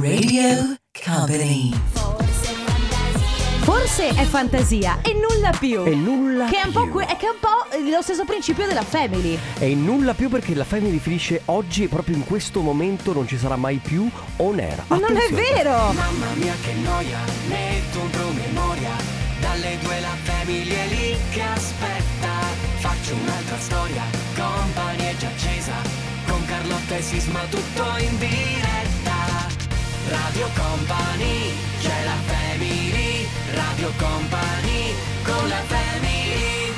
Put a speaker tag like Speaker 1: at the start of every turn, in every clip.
Speaker 1: Radio Company.
Speaker 2: Forse è fantasia e nulla più.
Speaker 3: E nulla
Speaker 2: Che è un po',
Speaker 3: più.
Speaker 2: que- è che è un po' lo stesso principio della family.
Speaker 3: E nulla più perché la Family finisce oggi e proprio in questo momento non ci sarà mai più on air.
Speaker 2: Ma non è
Speaker 3: Attenzione.
Speaker 2: vero!
Speaker 4: Mamma mia che noia, metto un promemoria Dalle due la famiglia è lì che aspetta Faccio un'altra storia, compagnia è già accesa Con Carlotta e Sisma tutto in diretta Radio Company, c'è la family Radio Company, con la family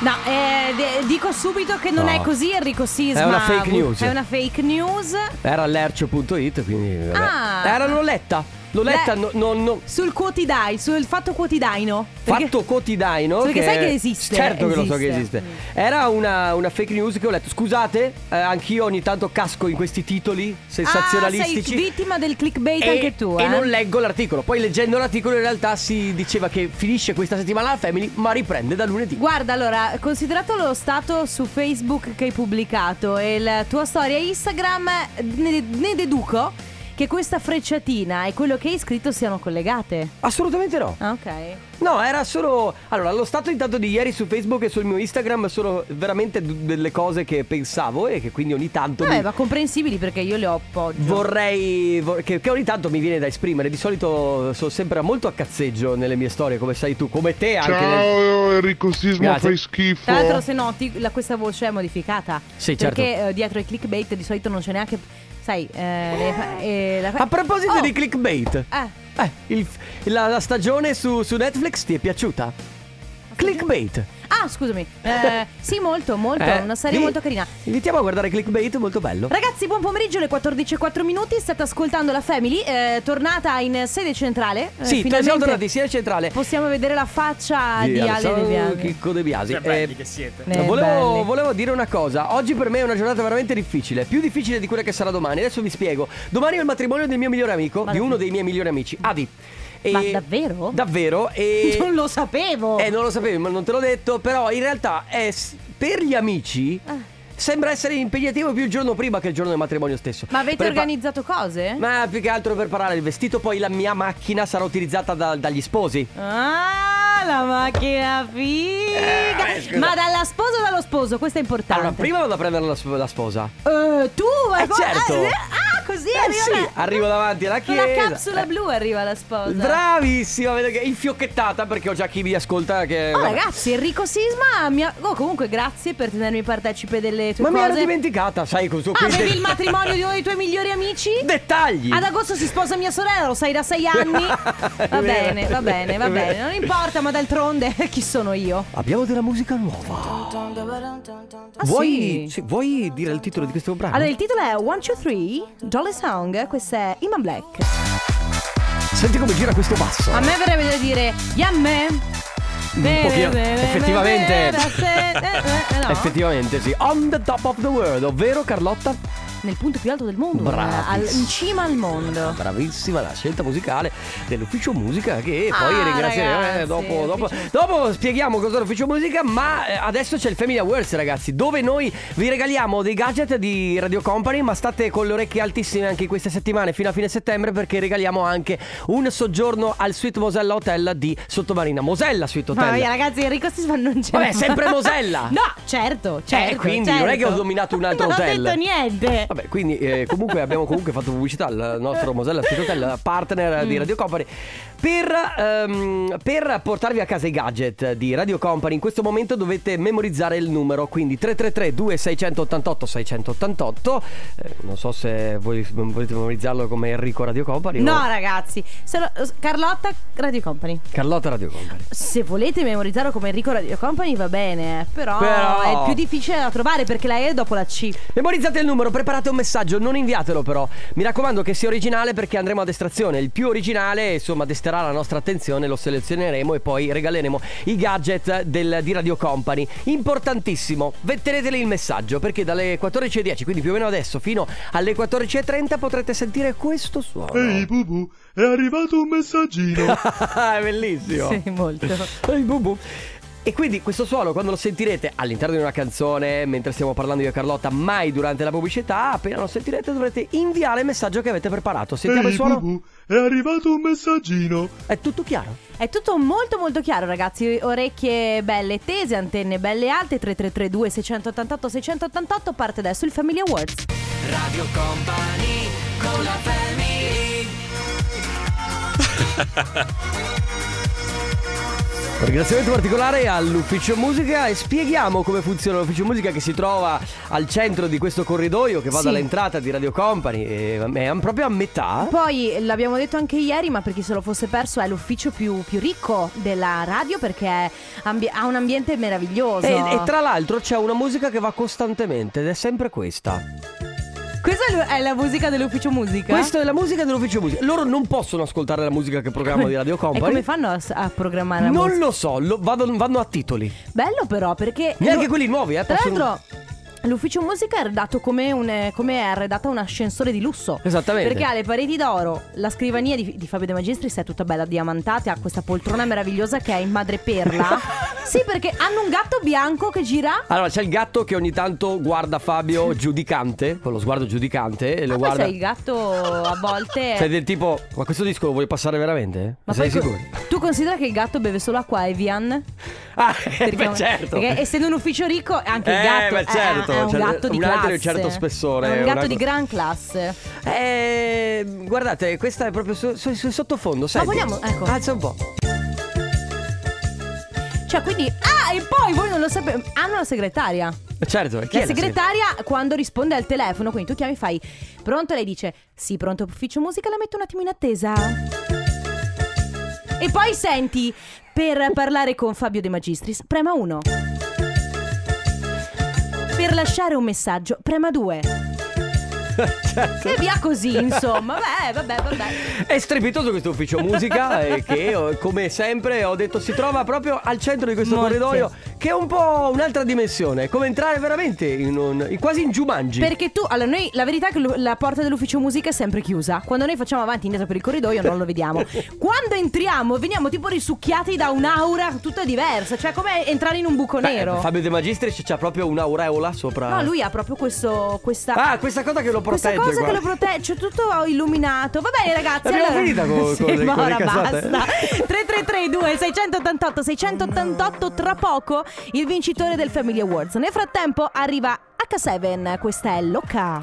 Speaker 2: No, eh, de- dico subito che non
Speaker 3: No.
Speaker 2: è così Enrico Sisma.
Speaker 3: È una fake news.
Speaker 2: È una fake news.
Speaker 3: Era all'ercio.it quindi... vabbè.
Speaker 2: Ah.
Speaker 3: Era Loletta. Loletta,
Speaker 2: Beh.
Speaker 3: no, no, no.
Speaker 2: Sul quotidiano, sul fatto quotidiano. Perché-
Speaker 3: Fatto quotidiano.
Speaker 2: Perché
Speaker 3: che
Speaker 2: sai
Speaker 3: è-
Speaker 2: che esiste,
Speaker 3: Certo che lo so che
Speaker 2: esiste.
Speaker 3: esiste. Era una, una fake news che ho letto. Scusate, eh, anch'io ogni tanto casco in questi titoli
Speaker 2: Ah, sei
Speaker 3: sensazionalistici.
Speaker 2: vittima del clickbait anche tu.
Speaker 3: e
Speaker 2: eh?
Speaker 3: non leggo l'articolo. Poi leggendo l'articolo in realtà si diceva che finisce questa settimana la Family, ma riprende da lunedì.
Speaker 2: Guarda, allora, considerato lo stato su Facebook che hai pubblicato e la tua storia Instagram, ne, ne deduco che questa frecciatina e quello che hai scritto siano collegate.
Speaker 3: Assolutamente no.
Speaker 2: Ah, ok.
Speaker 3: No, era solo. Allora, lo stato intanto di ieri su Facebook e sul mio Instagram sono veramente d- delle cose che pensavo e che quindi ogni tanto.
Speaker 2: Vabbè,
Speaker 3: mi-
Speaker 2: ma comprensibili perché io le ho appoggio.
Speaker 3: Vorrei. vor- che, che ogni tanto mi viene da esprimere. Di solito sono sempre molto a cazzeggio nelle mie storie, come sai tu, come te anche. nel-
Speaker 5: Ciao Enrico Sisma,
Speaker 3: Grazie.
Speaker 5: fai schifo.
Speaker 2: Tra l'altro, se noti, la- questa voce è modificata.
Speaker 3: Sì, certo.
Speaker 2: Perché eh, dietro i clickbait di solito non c'è neanche. Sai, eh, le fa- eh, la fa-
Speaker 3: A proposito
Speaker 2: Oh,
Speaker 3: di clickbait,
Speaker 2: Eh.
Speaker 3: eh, il- la, la stagione su, su Netflix ti è piaciuta? Clickbait.
Speaker 2: Ah, scusami. Eh, sì, molto, molto.
Speaker 3: Eh,
Speaker 2: una serie
Speaker 3: vi-
Speaker 2: molto carina.
Speaker 3: Invitiamo a guardare clickbait, molto bello.
Speaker 2: Ragazzi, buon pomeriggio, le 14.04 minuti. State ascoltando la Family, eh, tornata in sede centrale. Eh,
Speaker 3: sì,
Speaker 2: finalmente
Speaker 3: siamo tornati sia in centrale.
Speaker 2: Possiamo vedere la faccia di, Ale De
Speaker 3: Alessandro
Speaker 2: Biasi.
Speaker 3: Chicco De Biasi.
Speaker 6: Che belli che siete.
Speaker 2: Eh,
Speaker 3: volevo,
Speaker 2: belli.
Speaker 3: volevo dire una cosa, oggi per me è una giornata veramente difficile, più difficile di quella che sarà domani, adesso vi spiego. Domani è il matrimonio del mio migliore amico,
Speaker 2: Ma
Speaker 3: di
Speaker 2: da-
Speaker 3: uno dei miei migliori amici, Avi. E-
Speaker 2: Ma davvero?
Speaker 3: Davvero e...
Speaker 2: Non lo sapevo.
Speaker 3: Eh non lo sapevi, ma non te l'ho detto, però in realtà è s- per gli amici
Speaker 2: Ah.
Speaker 3: sembra essere impegnativo più il giorno prima che il giorno del matrimonio stesso.
Speaker 2: Ma avete
Speaker 3: Prepa-
Speaker 2: organizzato cose?
Speaker 3: Ma più che altro preparare il vestito, poi la mia macchina sarà utilizzata da- dagli sposi.
Speaker 2: Ah, la macchina figa. Ma dalla sposa o dallo sposo? Questo è importante.
Speaker 3: Eh, Allora, prima vado a prendere la, sp- la sposa.
Speaker 2: Eh, tu vai
Speaker 3: Eh,
Speaker 2: con-
Speaker 3: certo.
Speaker 2: Ah, così
Speaker 3: Eh,
Speaker 2: arriva
Speaker 3: sì,
Speaker 2: la-
Speaker 3: arrivo davanti alla
Speaker 2: Con la
Speaker 3: chiesa.
Speaker 2: capsula
Speaker 3: Eh.
Speaker 2: blu arriva la sposa.
Speaker 3: Bravissima, vedo che infiocchettata perché ho già chi mi ascolta che...
Speaker 2: Oh
Speaker 3: vabbè.
Speaker 2: ragazzi, Enrico Sisma mi ha- oh, comunque grazie per tenermi partecipe delle tue
Speaker 3: Ma mi
Speaker 2: cose.
Speaker 3: ero dimenticata, sai cosa
Speaker 2: Ah, Avevi il matrimonio di uno dei tuoi migliori amici?
Speaker 3: Dettagli!
Speaker 2: Ad agosto si sposa mia sorella, lo sai da sei anni. Va
Speaker 3: È vero,
Speaker 2: bene, va
Speaker 3: è
Speaker 2: bene, va
Speaker 3: vero.
Speaker 2: bene. Non importa, ma d'altronde chi sono io?
Speaker 3: Abbiamo della musica nuova.
Speaker 2: Ah,
Speaker 3: vuoi,
Speaker 2: sì.
Speaker 3: sì, vuoi dire il titolo di questo brano?
Speaker 2: Allora, il titolo è One, Two, Three, Jolly Song. Questo è Iman Black.
Speaker 3: Senti come gira questo basso.
Speaker 2: A me verrebbe da dire Yamme. Un
Speaker 3: pochino, effettivamente. Effettivamente sì. On the top of the world, ovvero Carlotta.
Speaker 2: Nel punto più alto del mondo.
Speaker 3: Bravissima.
Speaker 2: al- in cima al mondo.
Speaker 3: Bravissima la scelta musicale dell'ufficio musica che
Speaker 2: Ah,
Speaker 3: poi ringrazieremo
Speaker 2: ragazzi,
Speaker 3: eh, dopo, dopo,
Speaker 2: ufficio-
Speaker 3: dopo spieghiamo cos'è l'ufficio musica, ma eh, adesso c'è il Family Awards ragazzi, dove noi vi regaliamo dei gadget di Radio Company, ma state con le orecchie altissime anche queste settimane fino a fine settembre perché regaliamo anche un soggiorno al Suite Mosella Hotel di Sottomarina. Mosella Suite Hotel.
Speaker 2: Mamma mia, ragazzi, Enrico Sisma non c'è.
Speaker 3: Vabbè, sempre Mosella.
Speaker 2: no, certo, certo.
Speaker 3: Eh, quindi non è che ho dominato un altro
Speaker 2: non
Speaker 3: hotel.
Speaker 2: Non ho detto niente.
Speaker 3: Vabbè, quindi eh, comunque abbiamo comunque fatto pubblicità al nostro Mosella Street Hotel, partner di Radio Company. Per, ehm, per portarvi a casa i gadget di Radio Company, in questo momento dovete memorizzare il numero, quindi 333-2688-688. Eh, non so se voi volete memorizzarlo come Enrico Radio Company
Speaker 2: No,
Speaker 3: o
Speaker 2: ragazzi, se lo- Carlotta Radio Company.
Speaker 3: Carlotta Radio Company.
Speaker 2: Se volete memorizzarlo come Enrico Radio Company va bene, eh. però, è
Speaker 3: Però-
Speaker 2: più difficile da trovare perché la E è dopo la C.
Speaker 3: Memorizzate il numero, preparate un messaggio, non inviatelo però. Mi raccomando che sia originale perché andremo ad estrazione. Il più originale, insomma, desterà la nostra attenzione, lo selezioneremo e poi regaleremo i gadget del- di Radio Company. Importantissimo, teneteli il messaggio perché dalle 14.10, quindi più o meno adesso, fino alle 14.30 potrete sentire questo suono.
Speaker 5: Ehi Bubu, è arrivato un messaggino.
Speaker 3: È bellissimo.
Speaker 2: Sì, molto.
Speaker 3: Ehi, bubu. E quindi questo suono, quando lo sentirete all'interno di una canzone, mentre stiamo parlando io e Carlotta, mai durante la pubblicità, appena lo sentirete dovrete inviare il messaggio che avete preparato. Sentiamo
Speaker 5: Ehi
Speaker 3: il suono?
Speaker 5: Bubu, è arrivato un messaggino.
Speaker 3: È tutto chiaro?
Speaker 2: È tutto molto molto chiaro ragazzi, orecchie belle tese, antenne belle alte, 3332 688 688, parte adesso il Family Awards.
Speaker 4: Radio Company con la family
Speaker 3: Un ringraziamento particolare all'ufficio musica e spieghiamo come funziona l'ufficio musica che si trova al centro di questo corridoio che va
Speaker 2: Sì.
Speaker 3: dall'entrata di Radio Company, e è proprio a metà.
Speaker 2: Poi l'abbiamo detto anche ieri, ma per chi se lo fosse perso è l'ufficio più, più ricco della radio perché ambi- ha un ambiente meraviglioso.
Speaker 3: E, e tra l'altro c'è una musica che va costantemente ed è sempre questa.
Speaker 2: Questa è l- è la musica dell'ufficio musica.
Speaker 3: Questa è la musica dell'ufficio musica. Loro non possono ascoltare la musica che programma di Radio
Speaker 2: e
Speaker 3: Company.
Speaker 2: come fanno a, s- a programmare la
Speaker 3: non
Speaker 2: musica?
Speaker 3: lo so, lo- vado- vanno a titoli.
Speaker 2: Bello però perché...
Speaker 3: Neanche
Speaker 2: lo-
Speaker 3: quelli nuovi, eh,
Speaker 2: Tra
Speaker 3: possono-
Speaker 2: l'altro l'ufficio musica è arredato come, un, eh, come è arredata un ascensore di lusso.
Speaker 3: Esattamente.
Speaker 2: Perché ha le pareti d'oro, la scrivania di, di Fabio De Magistris è tutta bella diamantata, ha questa poltrona meravigliosa che è in madreperla. sì, perché hanno un gatto bianco che gira.
Speaker 3: Allora c'è il gatto che ogni tanto guarda Fabio giudicante, con lo sguardo giudicante e lo
Speaker 2: Ah, poi
Speaker 3: guarda.
Speaker 2: sai, il gatto a volte...
Speaker 3: Sei del tipo, ma questo disco lo vuoi passare veramente?
Speaker 2: Ma
Speaker 3: sei
Speaker 2: poi co-
Speaker 3: sicuro?
Speaker 2: Tu considera che il gatto beve solo acqua Evian?
Speaker 3: Ah,
Speaker 2: Perché,
Speaker 3: beh, certo.
Speaker 2: perché essendo un ufficio ricco, anche il
Speaker 3: Eh,
Speaker 2: gatto
Speaker 3: beh,
Speaker 2: è-
Speaker 3: certo,
Speaker 2: è, un
Speaker 3: cioè,
Speaker 2: gatto di
Speaker 3: un
Speaker 2: classe.
Speaker 3: altro di un certo spessore,
Speaker 2: È un
Speaker 3: un
Speaker 2: gatto di
Speaker 3: altro-
Speaker 2: gran classe.
Speaker 3: Eh, guardate, questa è proprio sul su, sul sottofondo. Senti.
Speaker 2: vogliamo- ecco.
Speaker 3: Alza un po'.
Speaker 2: Cioè, quindi. Ah, e poi voi non lo sapete. Hanno la segretaria.
Speaker 3: Certo, chi è
Speaker 2: La segretaria quando risponde al telefono, quindi tu chiami e fai pronto, lei dice sì, pronto ufficio musica, la metto un attimo in attesa. E poi senti, per parlare con Fabio De Magistris, prema 1. Per lasciare un messaggio, prema 2. E via così, insomma. Beh, vabbè, vabbè.
Speaker 3: È strepitoso questo ufficio musica eh, che oh, come sempre ho detto si trova proprio al centro di questo
Speaker 2: Molte.
Speaker 3: corridoio che è un po' un'altra dimensione, è come entrare veramente in un in- quasi in Jumanji.
Speaker 2: Perché tu, allora noi, la verità è che lo- la porta dell'ufficio musica è sempre chiusa. Quando noi facciamo avanti e indietro per il corridoio non lo vediamo. Quando entriamo veniamo tipo risucchiati da un'aura tutta diversa, cioè come entrare in un buco
Speaker 3: Beh,
Speaker 2: nero.
Speaker 3: Fabio De Magistris c'ha proprio un'aureola sopra.
Speaker 2: No, lui ha proprio questo, questa...
Speaker 3: Ah, questa cosa che lo
Speaker 2: Questa
Speaker 3: protegge.
Speaker 2: cosa che
Speaker 3: guarda.
Speaker 2: lo protegge, cioè, tutto illuminato. Va bene, ragazzi.
Speaker 3: Abbiamo
Speaker 2: allora...
Speaker 3: finita con-
Speaker 2: sì,
Speaker 3: con le-
Speaker 2: ma
Speaker 3: con le
Speaker 2: ora
Speaker 3: casate.
Speaker 2: basta. 3332 688 688 tra poco il vincitore del Family Awards. Nel frattempo arriva H7, questa è Loca.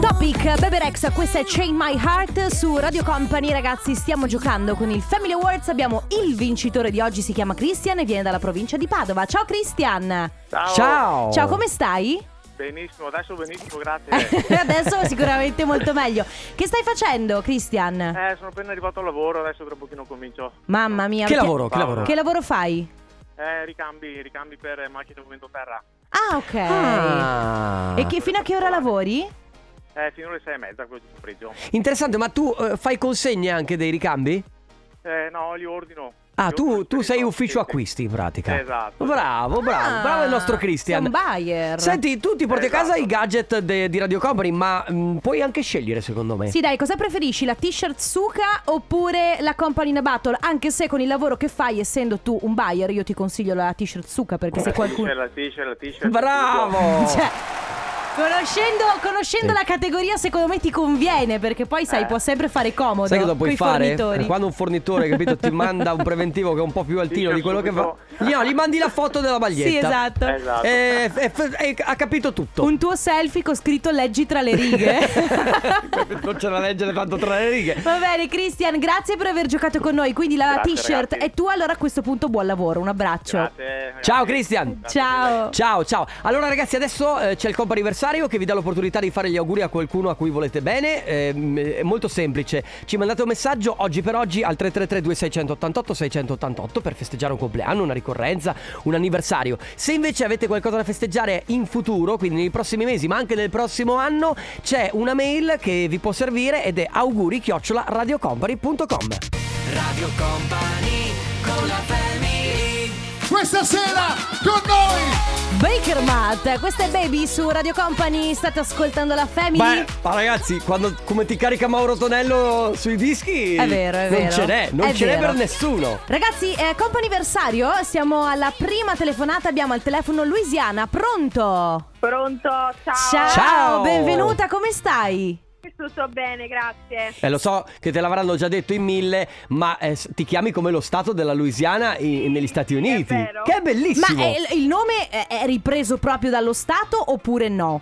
Speaker 2: Topic Bebe Rex, questa è Chain My Heart su Radio Company. Ragazzi, stiamo giocando con il Family Awards. Abbiamo il vincitore di oggi, si chiama Christian e viene dalla provincia di Padova. Ciao Christian!
Speaker 6: Ciao.
Speaker 3: Ciao.
Speaker 2: Ciao, come stai?
Speaker 6: Benissimo, adesso benissimo,
Speaker 3: Eh.
Speaker 6: grazie.
Speaker 2: Adesso sicuramente molto meglio. Che stai facendo, Christian?
Speaker 6: eh, sono appena arrivato al lavoro, adesso tra pochino comincio.
Speaker 2: Mamma mia,
Speaker 3: Che
Speaker 2: perché-
Speaker 3: lavoro, che lavoro?
Speaker 2: Che lavoro fai?
Speaker 6: Eh, ricambi, ricambi per macchine da movimento terra.
Speaker 2: Ah, ok.
Speaker 3: Ah.
Speaker 2: E che, fino a che ora lavori?
Speaker 6: Eh, fino alle sei e mezza, quello di pomeriggio.
Speaker 3: Interessante, ma tu eh, fai consegne anche dei ricambi?
Speaker 6: Eh, no, li ordino.
Speaker 3: Ah,
Speaker 6: Li
Speaker 3: tu,
Speaker 6: ordino
Speaker 3: tu
Speaker 6: per
Speaker 3: sei
Speaker 6: il-
Speaker 3: ufficio
Speaker 6: sì, sì.
Speaker 3: acquisti in pratica.
Speaker 6: Esatto.
Speaker 3: Bravo, bravo,
Speaker 2: Ah,
Speaker 3: bravo il nostro
Speaker 2: sei
Speaker 3: Christian.
Speaker 2: un buyer.
Speaker 3: Senti, tu ti porti a casa
Speaker 6: Esatto.
Speaker 3: i gadget de- di Radio Company, ma mh, puoi anche scegliere secondo me.
Speaker 2: Sì, dai, cosa preferisci? La t-shirt Suka oppure la Company in a Battle? Anche se con il lavoro che fai, essendo tu un buyer, io ti consiglio la t-shirt Suka perché
Speaker 3: Eh.
Speaker 2: se
Speaker 6: La
Speaker 2: qualcuno...
Speaker 6: t-shirt, la t-shirt, la t-shirt. tutto.
Speaker 3: Bravo!
Speaker 2: Cioè, conoscendo, conoscendo
Speaker 3: Oh. Sì.
Speaker 2: la categoria, secondo me ti conviene perché poi, sai,
Speaker 6: Eh.
Speaker 2: può sempre fare comodo.
Speaker 3: Sai cosa
Speaker 2: coi
Speaker 3: puoi fare?
Speaker 2: fornitori.
Speaker 3: Quando un fornitore, capito, ti manda un preventivo che è un po' più altino di quello che fa. No, gli mandi la foto della maglietta.
Speaker 2: Sì,
Speaker 3: Eh,
Speaker 2: esatto.
Speaker 6: Esatto.
Speaker 3: E, e- e- ha capito tutto.
Speaker 2: Un tuo selfie con scritto leggi tra le righe.
Speaker 3: non c'è da leggere tanto tra le righe.
Speaker 2: Va bene, Christian, grazie per aver giocato con noi. Quindi la
Speaker 6: Grazie,
Speaker 2: t-shirt è
Speaker 6: ragazzi.
Speaker 2: tua, allora a questo punto buon lavoro, un abbraccio.
Speaker 6: Grazie,
Speaker 3: Ciao
Speaker 6: grazie.
Speaker 3: Christian.
Speaker 6: Grazie mille.
Speaker 2: Ciao.
Speaker 3: Ciao, ciao. Allora ragazzi, adesso eh, c'è il compo anniversario che vi dà l'opportunità di fare gli auguri a qualcuno a cui volete bene. Ehm, è molto semplice. Ci mandate un messaggio oggi per oggi al 333 2688 688 per festeggiare un compleanno, una ricorrenza, un anniversario. Se invece avete qualcosa da festeggiare in futuro, quindi nei prossimi mesi, ma anche nel prossimo anno, c'è una mail che vi può servire ed è auguri radiocompany.com.
Speaker 4: Radio Company con la family
Speaker 7: questa sera con noi.
Speaker 2: Baker Matt, questa è Baby su Radio Company, state ascoltando la Family.
Speaker 3: Beh, ma ragazzi, quando, come ti carica Mauro Tonello sui dischi,
Speaker 2: È vero, è
Speaker 3: non
Speaker 2: vero.
Speaker 3: ce n'è, non
Speaker 2: È
Speaker 3: ce n'è
Speaker 2: vero.
Speaker 3: per nessuno.
Speaker 2: Ragazzi, eh, comp'anniversario, siamo alla prima telefonata, abbiamo al telefono Luisiana, pronto?
Speaker 8: Pronto, ciao.
Speaker 3: Ciao.
Speaker 2: benvenuta, come stai?
Speaker 8: Tutto bene, grazie.
Speaker 3: Eh, lo so che te l'avranno già detto in mille, ma eh, s- ti chiami come lo stato della Louisiana i- negli Stati Uniti.
Speaker 8: vero.
Speaker 3: che è bellissimo.
Speaker 2: Ma eh, il nome è- è ripreso proprio dallo Stato oppure no?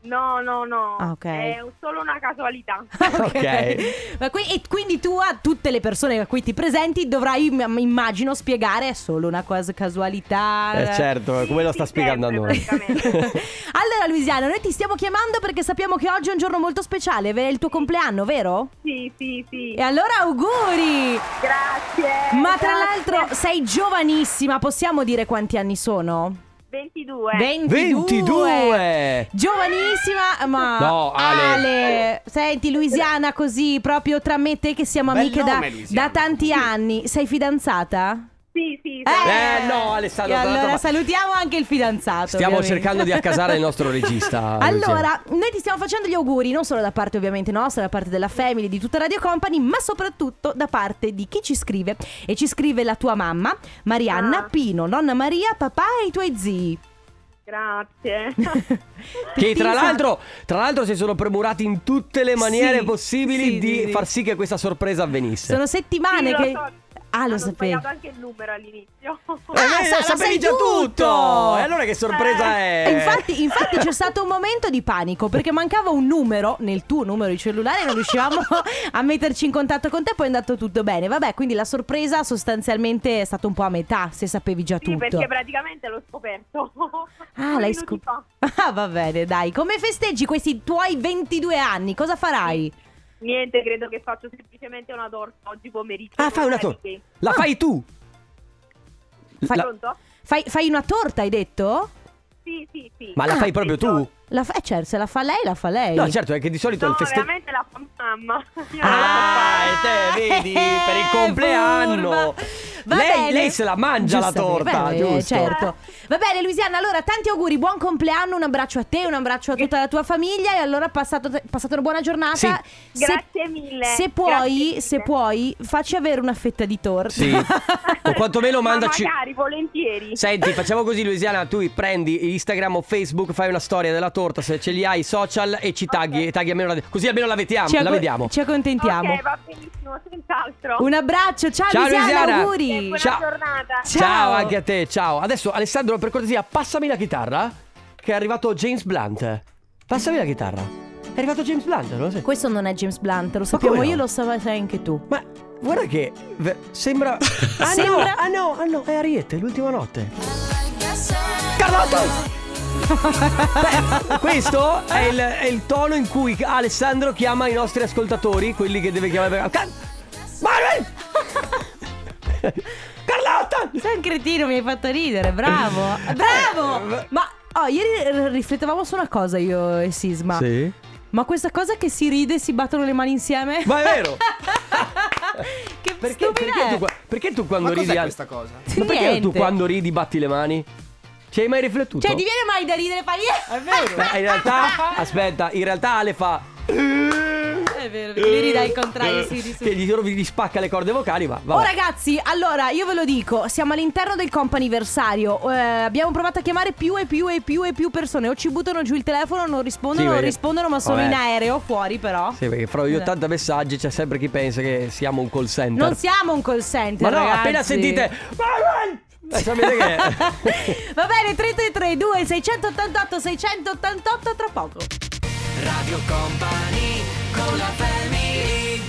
Speaker 8: No, no, no.
Speaker 2: Ah, ok.
Speaker 8: È un- solo una casualità.
Speaker 3: Ok.
Speaker 2: Ma qui- e quindi tu a tutte le persone a cui ti presenti dovrai, im- immagino, spiegare è solo una cosa casualità.
Speaker 3: Eh, certo, come lo sta
Speaker 8: Sì,
Speaker 3: spiegando a
Speaker 8: sempre,
Speaker 3: noi.
Speaker 8: praticamente.
Speaker 2: Allora Luisiana, noi ti stiamo chiamando perché sappiamo che oggi è un giorno molto speciale, è il tuo compleanno, vero?
Speaker 8: Sì, sì, sì.
Speaker 2: E allora auguri!
Speaker 8: Grazie.
Speaker 2: Ma tra
Speaker 8: Eh, grazie.
Speaker 2: l'altro sei giovanissima, possiamo dire quanti anni sono?
Speaker 8: 22.
Speaker 3: 22!
Speaker 2: Giovanissima, ma
Speaker 3: No, Ale.
Speaker 2: senti Luisiana così proprio tra me e te che siamo
Speaker 9: Bel
Speaker 2: amiche da,
Speaker 9: nome, Luisiana.
Speaker 2: da tanti anni. Sei fidanzata?
Speaker 8: Sì, sì. sì.
Speaker 3: Eh, no, Alessandro,
Speaker 2: E
Speaker 3: tra l'altro,
Speaker 2: allora
Speaker 3: ma-
Speaker 2: salutiamo anche il fidanzato.
Speaker 3: Stiamo
Speaker 2: ovviamente.
Speaker 3: cercando di accasare il nostro regista,
Speaker 2: allora, noi ti stiamo facendo gli auguri, non solo da parte ovviamente nostra, da parte della family, di tutta Radio Company, ma soprattutto da parte di chi ci scrive. E ci scrive la tua mamma, Marianna,
Speaker 8: Ah.
Speaker 2: Pino, nonna Maria, papà e i tuoi zii.
Speaker 8: Grazie.
Speaker 3: Che
Speaker 2: Tutti
Speaker 3: tra
Speaker 2: i-
Speaker 3: l'altro, tra l'altro si sono premurati in tutte le maniere
Speaker 2: Sì,
Speaker 3: possibili
Speaker 2: sì,
Speaker 3: di
Speaker 2: sì, sì.
Speaker 3: far sì che questa sorpresa avvenisse.
Speaker 2: Sono settimane
Speaker 8: Sì, lo
Speaker 2: che...
Speaker 8: so.
Speaker 2: Ah, lo
Speaker 8: Hanno
Speaker 2: sapevi.
Speaker 8: sbagliato anche il numero all'inizio.
Speaker 3: Eh,
Speaker 2: Ah,
Speaker 3: beh,
Speaker 2: sa- lo sai
Speaker 3: sapevi già
Speaker 2: tutto!
Speaker 3: tutto! E allora che sorpresa
Speaker 8: Eh.
Speaker 3: è?
Speaker 2: E Infatti, infatti c'è stato un momento di panico perché mancava un numero nel tuo numero di cellulare e non riuscivamo a metterci in contatto con te. Poi è andato tutto bene. Vabbè, quindi la sorpresa sostanzialmente è stata un po' a metà. Se sapevi già
Speaker 8: Sì,
Speaker 2: tutto,
Speaker 8: perché praticamente l'ho scoperto.
Speaker 2: ah,
Speaker 8: Due
Speaker 2: l'hai
Speaker 8: minuti
Speaker 2: scoperto.
Speaker 8: fa.
Speaker 2: Ah, va bene, dai. Come festeggi questi tuoi 22 anni? Cosa farai?
Speaker 8: Niente, credo che faccio semplicemente una torta oggi pomeriggio.
Speaker 3: Ah, fai una torta.
Speaker 8: Eh, Sì.
Speaker 3: La fai tu.
Speaker 2: Fai-
Speaker 3: La-
Speaker 8: Pronto?
Speaker 2: Fai, fai una torta, hai detto?
Speaker 8: Sì, sì, sì.
Speaker 3: Ma la
Speaker 8: Ah,
Speaker 3: fai proprio
Speaker 8: sì,
Speaker 3: tu?
Speaker 2: La fa- eh, certo, se la fa lei, la fa lei.
Speaker 3: No, certo, è che di solito
Speaker 8: No,
Speaker 3: il festeggio.
Speaker 8: veramente la fa mamma. Io non
Speaker 3: Ah,
Speaker 8: la so fare.
Speaker 3: e te vedi per il compleanno.
Speaker 2: Furba. Va
Speaker 3: lei,
Speaker 2: bene.
Speaker 3: lei se la mangia la
Speaker 2: Giustamente.
Speaker 3: torta,
Speaker 2: Beh, eh,
Speaker 3: giusto?
Speaker 2: Certo. Va bene, Luisiana, allora tanti auguri, buon compleanno, un abbraccio a te, un abbraccio a tutta la tua famiglia e allora passato- passate una buona giornata.
Speaker 3: Sì.
Speaker 2: Se-
Speaker 8: Grazie mille.
Speaker 2: Se
Speaker 8: Grazie
Speaker 2: puoi,
Speaker 8: mille.
Speaker 2: se puoi, facci avere una fetta di torta.
Speaker 3: Sì. o quantomeno
Speaker 8: Ma
Speaker 3: mandaci.
Speaker 8: magari, volentieri.
Speaker 3: Senti, facciamo così, Luisiana. Tu prendi Instagram o Facebook, fai una storia della torta se ce li hai, i social e ci tagli. e tagli almeno la- così almeno la, vediamo,
Speaker 2: Ci,
Speaker 3: la
Speaker 2: acco-
Speaker 3: vediamo.
Speaker 2: ci accontentiamo.
Speaker 8: Ok, va benissimo, senz'altro.
Speaker 2: Un abbraccio, ciao,
Speaker 3: Ciao, Luisiana.
Speaker 2: auguri.
Speaker 8: E buona
Speaker 3: Ciao.
Speaker 8: giornata.
Speaker 2: Ciao.
Speaker 3: anche a te, ciao. Adesso, Alessandro, per cortesia, passami la chitarra. Che è arrivato James Blunt. Passami la chitarra. È arrivato James Blunt, non lo sai?
Speaker 2: Questo non è James Blunt, lo sappiamo
Speaker 3: come no?
Speaker 2: io, lo sai anche tu.
Speaker 3: Ma guarda che ve- sembra. Ah
Speaker 2: Sembra-
Speaker 3: no, ah no, ah no, è Ariete, l'ultima notte. Carlotto! Beh, questo è il, è il tono in cui Alessandro chiama i nostri ascoltatori, quelli che deve chiamare. per- Car- Manuel! Carlotta!
Speaker 2: Sei un cretino, mi hai fatto ridere, bravo,
Speaker 3: Eh,
Speaker 2: bravo! Ma oh, ieri riflettevamo su una cosa io e Sisma.
Speaker 3: Sì.
Speaker 2: Ma questa cosa che si ride e si battono le mani insieme?
Speaker 3: Ma è vero!
Speaker 2: che
Speaker 3: Perché, perché, tu, qua- perché tu quando
Speaker 9: Ma
Speaker 3: ridi.
Speaker 9: cos'è
Speaker 3: Al-
Speaker 9: questa cosa?
Speaker 3: Ma perché tu quando ridi batti le mani? Ci hai mai riflettuto?
Speaker 2: Cioè, ti viene mai da ridere fai... È
Speaker 3: Beh, in realtà, aspetta, in realtà Ale fa.
Speaker 2: È vero, mi ride al contrario, si ride su.
Speaker 3: Eh, che gli, gli spacca le corde vocali, ma
Speaker 2: Oh
Speaker 3: vabbè.
Speaker 2: ragazzi, allora io ve lo dico, siamo all'interno del comp anniversario, eh, abbiamo provato a chiamare più e più e più e più persone, o ci buttano giù il telefono, non rispondono,
Speaker 3: Sì,
Speaker 2: non
Speaker 3: perché-
Speaker 2: rispondono, ma sono
Speaker 3: vabbè.
Speaker 2: in aereo fuori però.
Speaker 3: Sì, perché fra gli 80 messaggi c'è sempre chi pensa che siamo un call center.
Speaker 2: Non siamo un call center.
Speaker 3: ma no,
Speaker 2: ragazzi.
Speaker 3: appena sentite. "Manuel!" Eh, sapete che.
Speaker 2: Va bene, 333 2 688 688 tra poco.
Speaker 4: Radio Company con la family